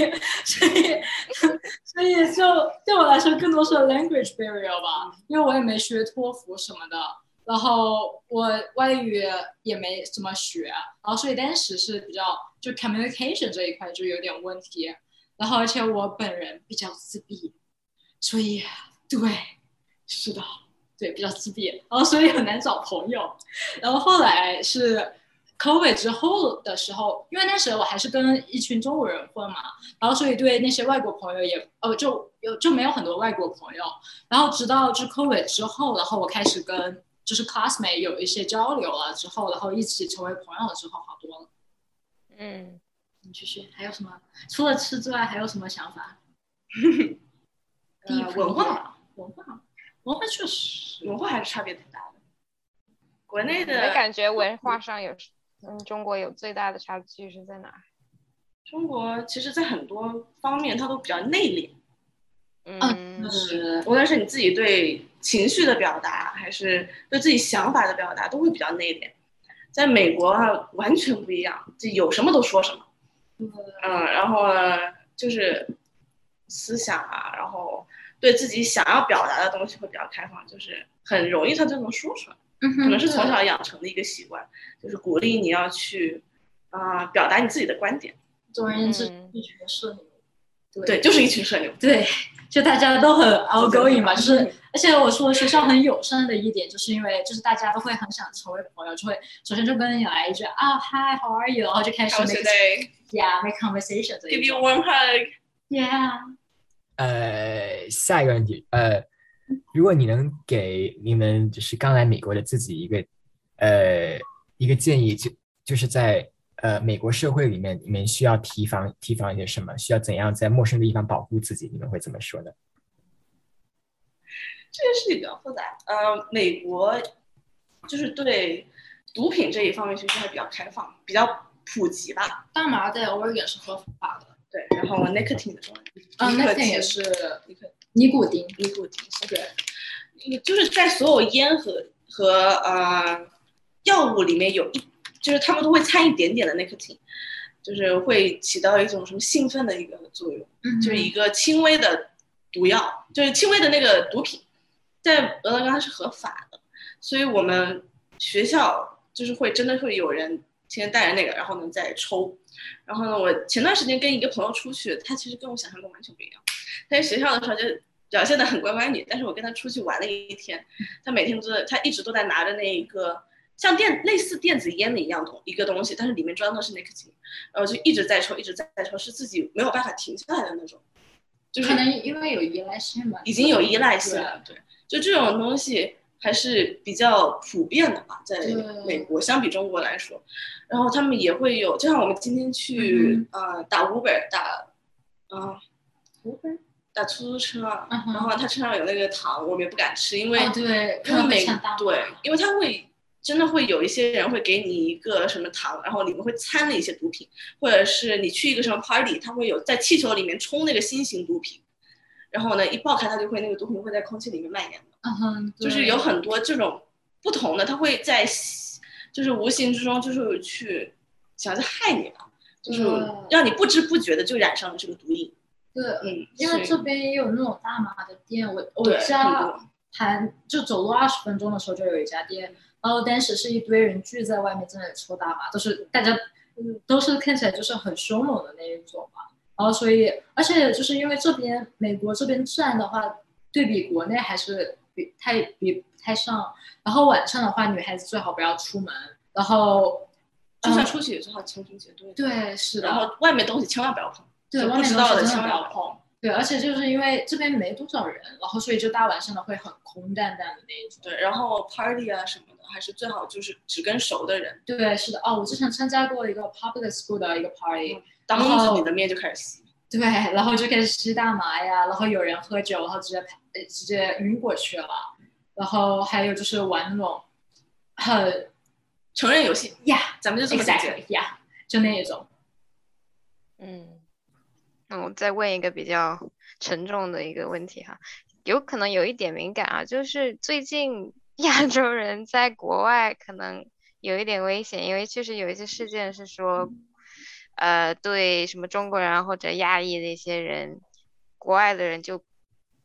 Speaker 4: 所以，所以就对我来说，更多是 language barrier 吧，因为我也没学托福什么的，然后我外语也没怎么学，然后所以当时是比较就 communication 这一块就有点问题，然后而且我本人比较自闭，所以对，是的，对，比较自闭，然后所以很难找朋友，然后后来是。COVID 之后的时候，因为那时候我还是跟一群中国人混嘛，然后所以对那些外国朋友也呃就有就没有很多外国朋友，然后直到就 COVID 之后，然后我开始跟就是 classmate 有一些交流了之后，然后一起成为朋友之后好多了。
Speaker 2: 嗯，
Speaker 4: 你继续，还有什么？除了吃之外，还有什么想法？呃，文化，文化，文化确实，
Speaker 3: 文化还是差别挺大的。国内
Speaker 2: 我
Speaker 3: 的
Speaker 2: 感觉文化上有，嗯，中国有最大的差距是在哪儿？
Speaker 3: 中国其实，在很多方面它都比较内敛。
Speaker 2: 嗯
Speaker 4: 确，实，
Speaker 3: 无论是你自己对情绪的表达，还是对自己想法的表达，都会比较内敛。在美国啊，完全不一样，就有什么都说什么。嗯，然后呢，就是思想啊，然后对自己想要表达的东西会比较开放，就是很容易他就能说出来。可
Speaker 4: 可
Speaker 3: 能是从小养成的一个习惯，就是鼓励你要去啊、表达你自己的观点。
Speaker 4: 总而言之
Speaker 2: 嗯，
Speaker 4: 一群社牛。
Speaker 3: 对，就是一群社牛。
Speaker 4: 对， 就大家都很 outgoing 嘛，就是而且我说学校很友善的一点，就是因为就是大家都会很想成为朋友，就会首先就跟你来一句啊 hi，how are you，然后就开始
Speaker 3: How's
Speaker 4: make
Speaker 3: your day?
Speaker 4: yeah make conversation 这
Speaker 3: Give
Speaker 4: 一
Speaker 3: you
Speaker 4: 种
Speaker 3: a warm hug.
Speaker 4: yeah
Speaker 1: 呃，下一个问题，呃，如果你能给你们就是刚来美国的自己一个呃一个建议，就就是在呃美国社会里面，你们需要提防提防一些什么？需要怎样在陌生的地方保护自己？你们会怎么说呢？
Speaker 3: 这个事情比较复杂。呃，美国就是对毒品这一方面其实还比较开放，比较普及吧。
Speaker 4: 大麻在 Oregon 是合法的，
Speaker 3: 对，然后 nicotine 的东西，
Speaker 4: 嗯，
Speaker 3: 尼
Speaker 4: 那
Speaker 3: 可
Speaker 4: 天也
Speaker 3: 丁
Speaker 4: 是
Speaker 3: 尼可
Speaker 4: 尼古丁，
Speaker 3: 尼古丁是
Speaker 4: 对，
Speaker 3: 你嗯就是在所有烟和和呃药物里面有一，就是他们都会掺一点点的 nicotine，就是会起到一种什么兴奋的一个作用，
Speaker 4: 嗯
Speaker 3: 就是一个轻微的毒药，就是轻微的那个毒品，在俄勒冈是合法的，所以我们学校就是会真的会有人先带着那个，然后呢再抽。然后呢，我前段时间跟一个朋友出去，他其实跟我想象中完全不一样。他在学校的时候就表现得很乖乖女，但是我跟他出去玩了一天，他每天都在，他一直都在拿着那一个像电类似电子烟的一样东一个东西，但是里面装的是 nicotine，然后就一直在抽，一直在抽，是自己没有办法停下来的那种，就是
Speaker 4: 可能因为有依赖性吧，
Speaker 3: 已经有依赖性了。对，就这种东西还是比较普遍的吧，在
Speaker 4: 对
Speaker 3: 美国相比中国来说，然后他们也会有，就像我们今天去、
Speaker 4: 嗯
Speaker 3: 呃打 Uber 打，啊、呃、Uber 打出租车啊，
Speaker 4: 嗯哼
Speaker 3: 然后他车上有那个糖，我们也不敢吃，因为、
Speaker 4: 哦对，
Speaker 3: 因为美
Speaker 4: 可能会呛大麻
Speaker 3: 对，因为他会。真的会有一些人会给你一个什么糖，然后里面会掺了一些毒品，或者是你去一个什么 party，他会有在气球里面冲那个新型毒品，然后呢一爆开，它就会那个毒品会在空气里面蔓延的，
Speaker 4: 嗯哼，对
Speaker 3: 就是有很多这种不同的，它会在就是无形之中就是去想着害你吧，就是
Speaker 4: 嗯
Speaker 3: 让你不知不觉的就染上了这个毒瘾，
Speaker 4: 对，
Speaker 3: 嗯，
Speaker 4: 因为
Speaker 3: 所
Speaker 4: 这边也有那种大麻的店，我
Speaker 3: 以
Speaker 4: 我
Speaker 3: 对很
Speaker 4: 家
Speaker 3: 多，
Speaker 4: 盘就走路二十分钟的时候就有一家店，然后当时是一堆人聚在外面在那里抽大麻，都是大家嗯都是看起来就是很凶猛的那一种嘛。然后所以，而且就是因为这边美国这边治安的话，对比国内还是比太比不太上。然后晚上的话，女孩子最好不要出门。然后嗯
Speaker 3: 就算出去也最好轻松结对，
Speaker 4: 对，是的，
Speaker 3: 然后外面东西千万不要碰，
Speaker 4: 对
Speaker 3: 就
Speaker 4: 外
Speaker 3: 不
Speaker 4: 面
Speaker 3: 知
Speaker 4: 东西
Speaker 3: 道的
Speaker 4: 真
Speaker 3: 千
Speaker 4: 的不
Speaker 3: 万不
Speaker 4: 要
Speaker 3: 要碰。
Speaker 4: 对，而且就是因为这边没多少人，然后所以就大晚上的会很空荡荡的那一种。
Speaker 3: 对，然后 party 啊什么的，还是最好就是只跟熟的人，
Speaker 4: 对，是的，哦，我之前参加过一个 public school 的一个 party，、
Speaker 3: 当
Speaker 4: 然后
Speaker 3: 着你的面就开始吸。
Speaker 4: 对，然后就开始吸大麻呀，然后有人喝酒，然后直接呃直接晕过去了，然后还有就是玩那种很
Speaker 3: 成人游戏，
Speaker 4: 呀
Speaker 3: 咱们就这么理解。
Speaker 4: ，exactly 呀，就那一种。
Speaker 2: 嗯，那我再问一个比较沉重的一个问题哈，有可能有一点敏感啊，就是最近 亚洲人在国外可能有一点危险，因为确实有一些事件是说，呃，对什么中国人啊或者亚裔的一些人，国外的人就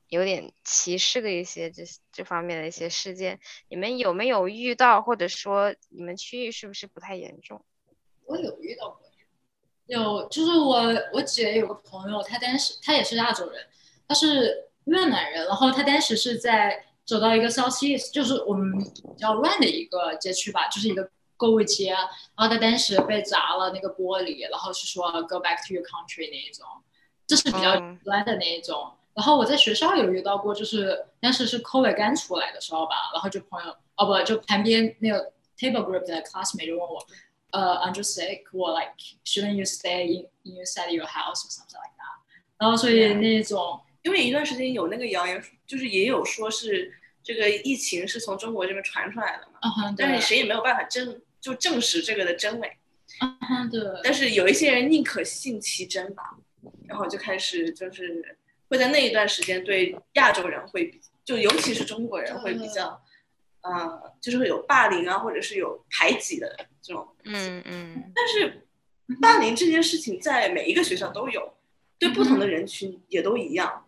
Speaker 2: 有点歧视的一些这这方面的一些事件，你们有没有遇到，或者说你们区域是不是不太严重？
Speaker 4: 我有遇到过，有就是我我姐有个朋友，她当时她也是亚洲人，她是越南人，然后她当时是在走到一个 South East，就是我们比较乱的一个街区吧，就是一个购物街，然后她当时被砸了那个玻璃，然后是说 Go back to your country 那一种，这是比较
Speaker 2: 嗯
Speaker 4: 乱的那一种。然后我在学校有遇到过，就是当时是 COVID 刚出来的时候吧，然后就朋友哦不，就旁边那个 table group 的 classmate 就问我，呃、i m just sick，我 like shouldn't you stay in in inside your house or something like that？然后所以那种
Speaker 3: 因为一段时间有那个谣言，就是也有说是这个疫情是从中国这边传出来的嘛，
Speaker 4: 嗯哼
Speaker 3: 但
Speaker 4: 对
Speaker 3: 是，谁也没有办法证就证实这个的真伪。
Speaker 4: 嗯哼对，
Speaker 3: 但是有一些人宁可信其真吧，然后就开始就是会在那一段时间对亚洲人会比，就尤其是中国人会比较，呃，就是会有霸凌啊，或者是有排挤的这种。
Speaker 2: 嗯嗯
Speaker 3: 但是霸凌这件事情在每一个学校都有，对不同的人群也都一样。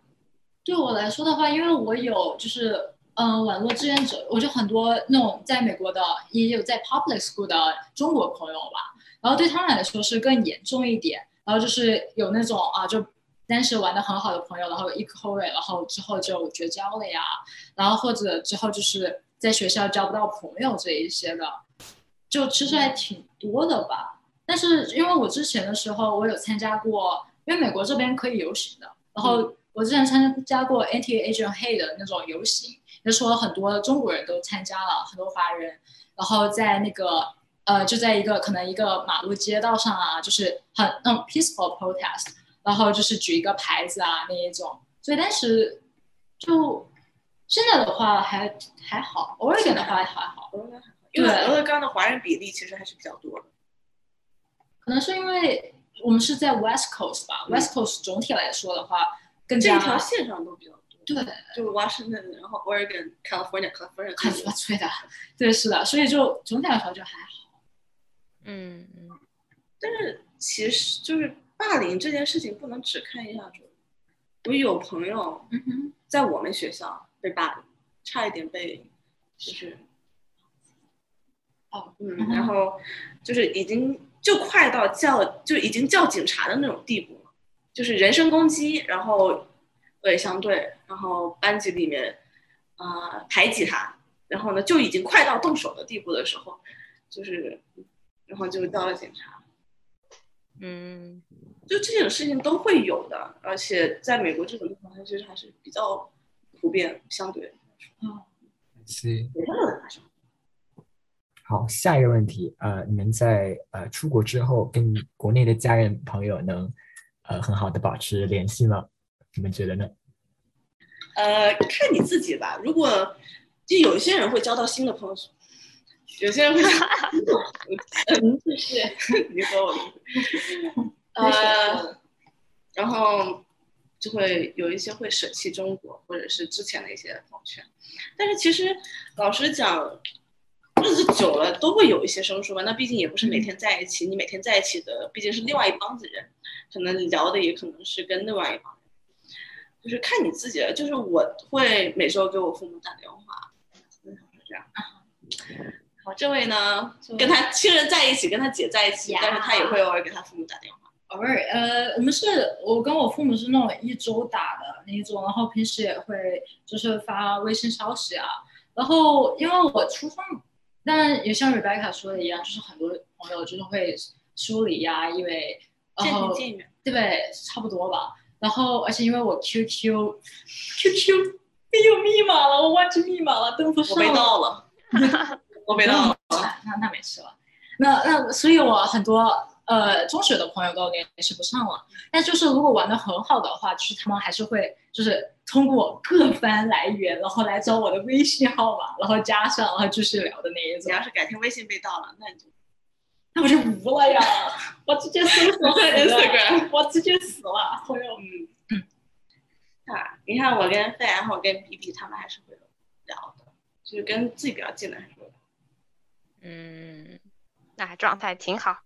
Speaker 4: 对我来说的话，因为我有就是嗯网络志愿者，我就很多那种在美国的，也有在 public school 的中国朋友吧，然后对他们来说是更严重一点，然后就是有那种啊就。当时玩的很好的朋友，然后一 COVID，然后之后就绝交了呀，然后或者之后就是在学校交不到朋友这一些的，就其实还挺多的吧。但是因为我之前的时候，我有参加过，因为美国这边可以游行的，然后我之前参加过 Anti Asian Hate 的那种游行，就说很多中国人都参加了，很多华人，然后在那个呃就在一个可能一个马路街道上啊，就是很那种 peaceful protest，然后就是举一个牌子啊那一种，所以当时就现在的话还还好，Oregon 的话还好。
Speaker 3: 因为
Speaker 4: 对
Speaker 3: 俄勒冈的华人比例其实还是比较多的。
Speaker 4: 可能是因为我们是在 West Coast 吧、w e s t Coast 总体来说的话，更
Speaker 3: 这
Speaker 4: 加
Speaker 3: 一条线上都比较多，
Speaker 4: 对，
Speaker 3: 就 Washington，然后 Oregon、California、California
Speaker 4: 很多 吹的，对，是的，所以就总体来说就还好。
Speaker 2: 嗯嗯，
Speaker 3: 但是其实就是霸凌这件事情不能只看亚洲。我有朋友
Speaker 4: 嗯哼，
Speaker 3: 在我们学校被霸凌，差一点被就是
Speaker 4: 哦，
Speaker 3: 嗯，然后就是已经就快到叫就已经叫警察的那种地步了，就是人身攻击，然后恶语相对，然后班级里面啊、呃排挤他，然后呢就已经快到动手的地步的时候，就是然后就到了警察。
Speaker 2: 嗯，
Speaker 3: 就这种事情都会有的，而且在美国这种地方，它其实还是比较普遍，相对
Speaker 1: 是
Speaker 3: 每天都能发生。
Speaker 1: 好，下一个问题，呃，你们在呃出国之后跟国内的家人朋友能呃很好的保持联系吗？你们觉得呢？
Speaker 3: 呃，看你自己吧。如果就有些人会交到新的朋友，有些人会交，嗯，就是你和我的意思，呃，然后就会有一些会舍弃中国或者是之前的一些朋友圈。但是其实老实讲，日子久了都会有一些生疏吧。那毕竟也不是每天在一起，你每天在一起的毕竟是另外一帮子人，可能聊的也可能是跟另外一帮人，就是看你自己了。就是我会每周给我父母打电话，嗯这样。好，这位呢，
Speaker 4: 呃
Speaker 3: 跟他亲人在一起，跟他姐在一起
Speaker 4: 嗯呀，
Speaker 3: 但是他也会偶尔给他父母打电话。
Speaker 4: 偶尔，呃，我们是我跟我父母是那种一周打的那一种，然后平时也会就是发微信消息啊。然后因为我初中，但也像 Rebecca 说的一样，就是很多朋友就是会疏离呀、因为然
Speaker 3: 渐行
Speaker 4: 后
Speaker 3: 渐远。
Speaker 4: 对，差不多吧。然后，而且因为我 QQ，QQ 没有密码了，我忘记密码了，登不
Speaker 3: 我
Speaker 4: 上
Speaker 3: 被
Speaker 4: 了。
Speaker 3: 盗 了，我被盗了。
Speaker 4: 那那没事了。那那所以，我很多呃中学的朋友都联系不上了。但就是如果玩的很好的话，就是他们还是会就是通过各番来源，然后来找我的微信号码，然后加上，然后继续聊的那一
Speaker 3: 你
Speaker 4: 种。
Speaker 3: 要是改天微信被盗了，那你就
Speaker 4: 那我就无了呀，我直接搜索死了
Speaker 3: Instagram
Speaker 4: 我直接死了，朋友。
Speaker 3: 嗯， 啊，你看我跟费，然后我跟 B B 他们还是会聊的，就是跟自己比较近的还是会聊。
Speaker 2: 嗯，那状态挺好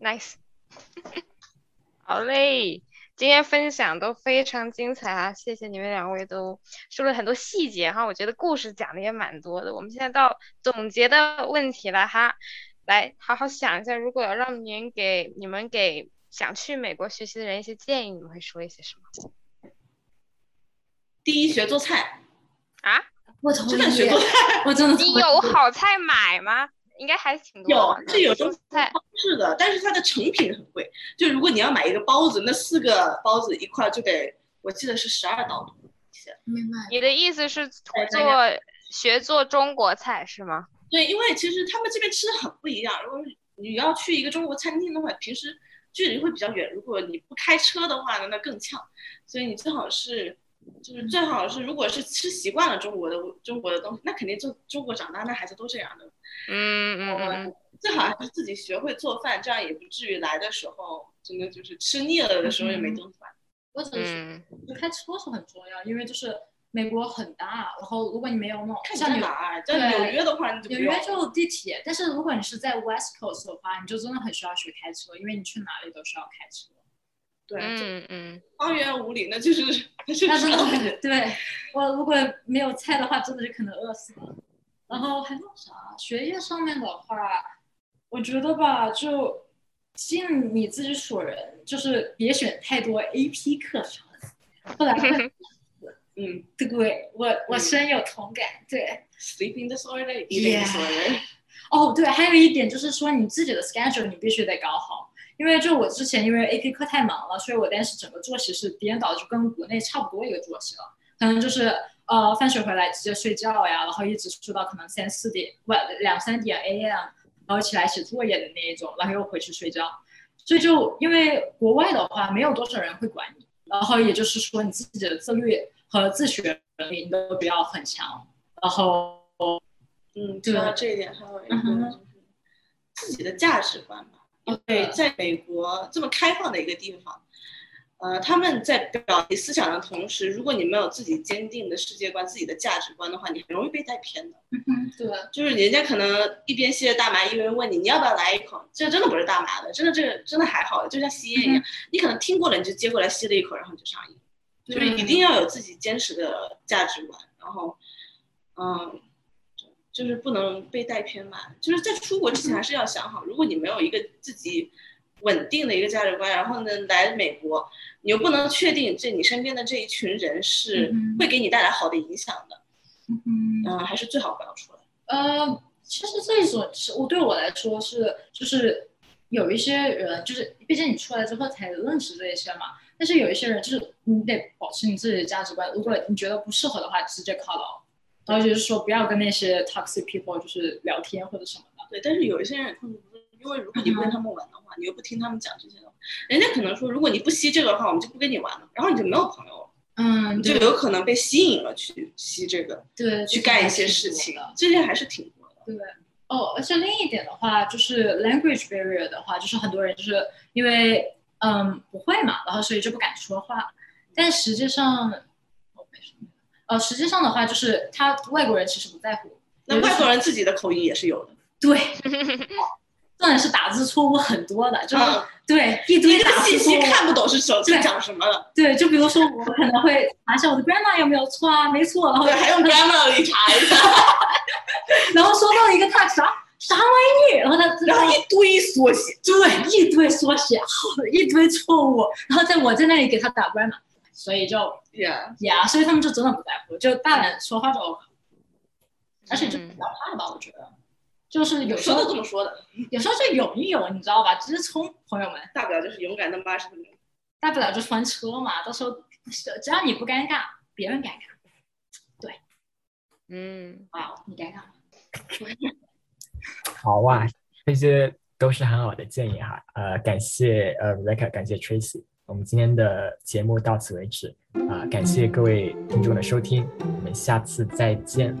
Speaker 2: ，nice。好嘞，今天分享都非常精彩啊！谢谢你们两位都说了很多细节哈，我觉得故事讲的也蛮多的。我们现在到总结的问题了哈，来好好想一下，如果要让您给你们给想去美国学习的人一些建议，你们会说一些什么
Speaker 3: 第一，学做菜，
Speaker 2: 啊？
Speaker 4: 我同
Speaker 3: 真的学
Speaker 4: 意
Speaker 3: 做，菜，
Speaker 4: 我真的
Speaker 2: 你
Speaker 4: 同意
Speaker 2: 有好菜买吗？应该还挺多
Speaker 3: 有
Speaker 2: 的。
Speaker 3: 是有这
Speaker 2: 蔬
Speaker 3: 种
Speaker 2: 菜
Speaker 3: 方式的，但是它的成品很贵。就如果你要买一个包子，那四个包子一块儿就得，我记得是十二刀多。
Speaker 4: 明白
Speaker 2: 你的意思是
Speaker 3: 对大
Speaker 2: 做学做中国菜是吗？
Speaker 3: 对，因为其实他们这边吃的很不一样。如果你要去一个中国餐厅的话，平时距离会比较远，如果你不开车的话呢，那更呛。所以你最好是，就是最好是，如果是吃习惯了中国的中国的东西，那肯定就中国长大那孩子都这样的。呃
Speaker 2: 嗯嗯嗯嗯，
Speaker 3: 最好还是自己学会做饭，这样也不至于来的时候真的就是吃腻了的时候也
Speaker 4: 嗯
Speaker 3: 没东西玩。
Speaker 4: 我只是
Speaker 2: 嗯，
Speaker 4: 觉得开车是很重要，因为就是美国很大，然后如果你没有那种
Speaker 3: 看你
Speaker 4: 像
Speaker 3: 在
Speaker 4: 纽
Speaker 3: 哪儿，啊在纽约的话你就不
Speaker 4: 纽
Speaker 3: 用
Speaker 4: 约。就地铁，但是如果你是在 West Coast 的话，你就真的很需要学开车，因为你去哪里都需要开车。
Speaker 3: 对，就
Speaker 2: 嗯嗯，
Speaker 3: 方圆五里那就是那就
Speaker 4: 那
Speaker 3: 是
Speaker 4: 真的很对我如果没有菜的话，真的就可能饿死了。然后还有啥？学业上面的话，我觉得吧，就尽你自己所能，就是别选太多 AP 课程，不然会
Speaker 3: 嗯
Speaker 4: 对我我深有同感。对，
Speaker 3: ，sleeping disorder, eating
Speaker 4: Yeah
Speaker 3: disorder。
Speaker 4: 哦，对，还有一点就是说，你自己的 schedule 你必须得搞好，因为就我之前因为 AP 课太忙了，所以我当时整个作息是颠倒，就跟国内差不多一个作息了，可能就是呃放学回来直接睡觉呀，然后一直睡到可能三四点，晚两三点 AM，然后起来写作业的那一种，然后又回去睡觉。所以就因为国外的话，没有多少人会管你，然后也就是说你自己的自律和自学能力你都比较很强，然后。
Speaker 3: 嗯，
Speaker 4: 对
Speaker 3: 说到这一点，还有一个
Speaker 4: 嗯
Speaker 3: 就
Speaker 4: 哼
Speaker 3: 是自己的价值观吧。因
Speaker 4: 对
Speaker 3: 为在美国这么开放的一个地方，呃，他们在表达思想的同时，如果你没有自己坚定的世界观、自己的价值观的话，你很容易被带偏的。
Speaker 4: 嗯，对，
Speaker 3: 就是人家可能一边吸着大麻，一边问你你要不要来一口，这真的不是大麻的，真的这个真的还好，就像吸烟一
Speaker 4: 嗯
Speaker 3: 样，你可能听过了，你就接过来吸了一口，然后你就上瘾。就是
Speaker 4: 嗯
Speaker 3: 一定要有自己坚持的价值观，然后，嗯，就是不能被带偏吧。就是在出国之
Speaker 4: 嗯
Speaker 3: 前还是要想好，如果你没有一个自己稳定的一个价值观，然后呢来美国，你又不能确定这你身边的这一群人是
Speaker 4: 嗯哼
Speaker 3: 会给你带来好的影响的，
Speaker 4: 嗯，
Speaker 3: 嗯，还是最好不要出来。
Speaker 4: 呃，其实这种是我对我来说是，就是有一些人，就是毕竟你出来之后才认识这些嘛。但是有一些人，就是你得保持你自己的价值观。如果你觉得不适合的话，直接 cut off。然后就是说，不要跟那些 toxic people 就是聊天或者什么的。
Speaker 3: 对，但是有一些人也控制不住，因为如果你不跟他们玩的话，你又不听他们讲这些的话，人家可能说，如果你不吸这个的话，我们就不跟你玩了，然后你就没有朋友了，
Speaker 4: 嗯
Speaker 3: 你就
Speaker 4: 对
Speaker 3: 有可能被吸引了去吸这个。
Speaker 4: 对，
Speaker 3: 去
Speaker 4: 就是
Speaker 3: 干一
Speaker 4: 还
Speaker 3: 些
Speaker 4: 挺
Speaker 3: 事
Speaker 4: 多
Speaker 3: 情
Speaker 4: 的，
Speaker 3: 这些还是挺多的。
Speaker 4: 哦，而且另一点的话，就是 language barrier 的话，就是很多人就是因为嗯不会嘛，然后所以就不敢说话。但实际上，哦没什么呃，实际上的话，就是他外国人其实不在乎，
Speaker 3: 那外国人自己的口音也是有的，
Speaker 4: 对，重点是打字错误很多的，就是、
Speaker 3: 啊，
Speaker 4: 对一
Speaker 3: 一
Speaker 4: 堆
Speaker 3: 个
Speaker 4: 打字
Speaker 3: 信
Speaker 4: 错
Speaker 3: 息
Speaker 4: 误。
Speaker 3: 看不懂是什
Speaker 4: 对
Speaker 3: 是讲什么了，
Speaker 4: 对，就比如说我可能会查一下我的 grammar 有没有错啊，没错，然后
Speaker 3: 对，还用 grammar 里查一下，
Speaker 4: 然后说到一个 text 啥啥玩意，然后他
Speaker 3: 然后一堆缩写，
Speaker 4: 对，一堆缩写，一堆错误，然后在我在那里给他打关嘛，所以就
Speaker 3: ，yeah，
Speaker 4: 呀所以他们就真的不在乎，就大胆说话就 OK，而且
Speaker 2: 嗯
Speaker 4: 就比较怕吧，我觉得，就是有时
Speaker 3: 说
Speaker 4: 候
Speaker 3: 都这么说的，
Speaker 4: 有时候就勇一勇，你知道吧？直接冲，朋友们，
Speaker 3: 大不了就是勇敢的八十分钟。
Speaker 4: 大不了就翻车嘛，到时候只要你不尴尬，别人尴尬，
Speaker 2: 嗯，
Speaker 4: 哇哦，你尴尬吗？
Speaker 1: 好哇、这些都是很好的建议哈。呃，感谢呃 Rebecca，感谢 Tracy。我们今天的节目到此为止啊、感谢各位听众的收听，我们下次再见，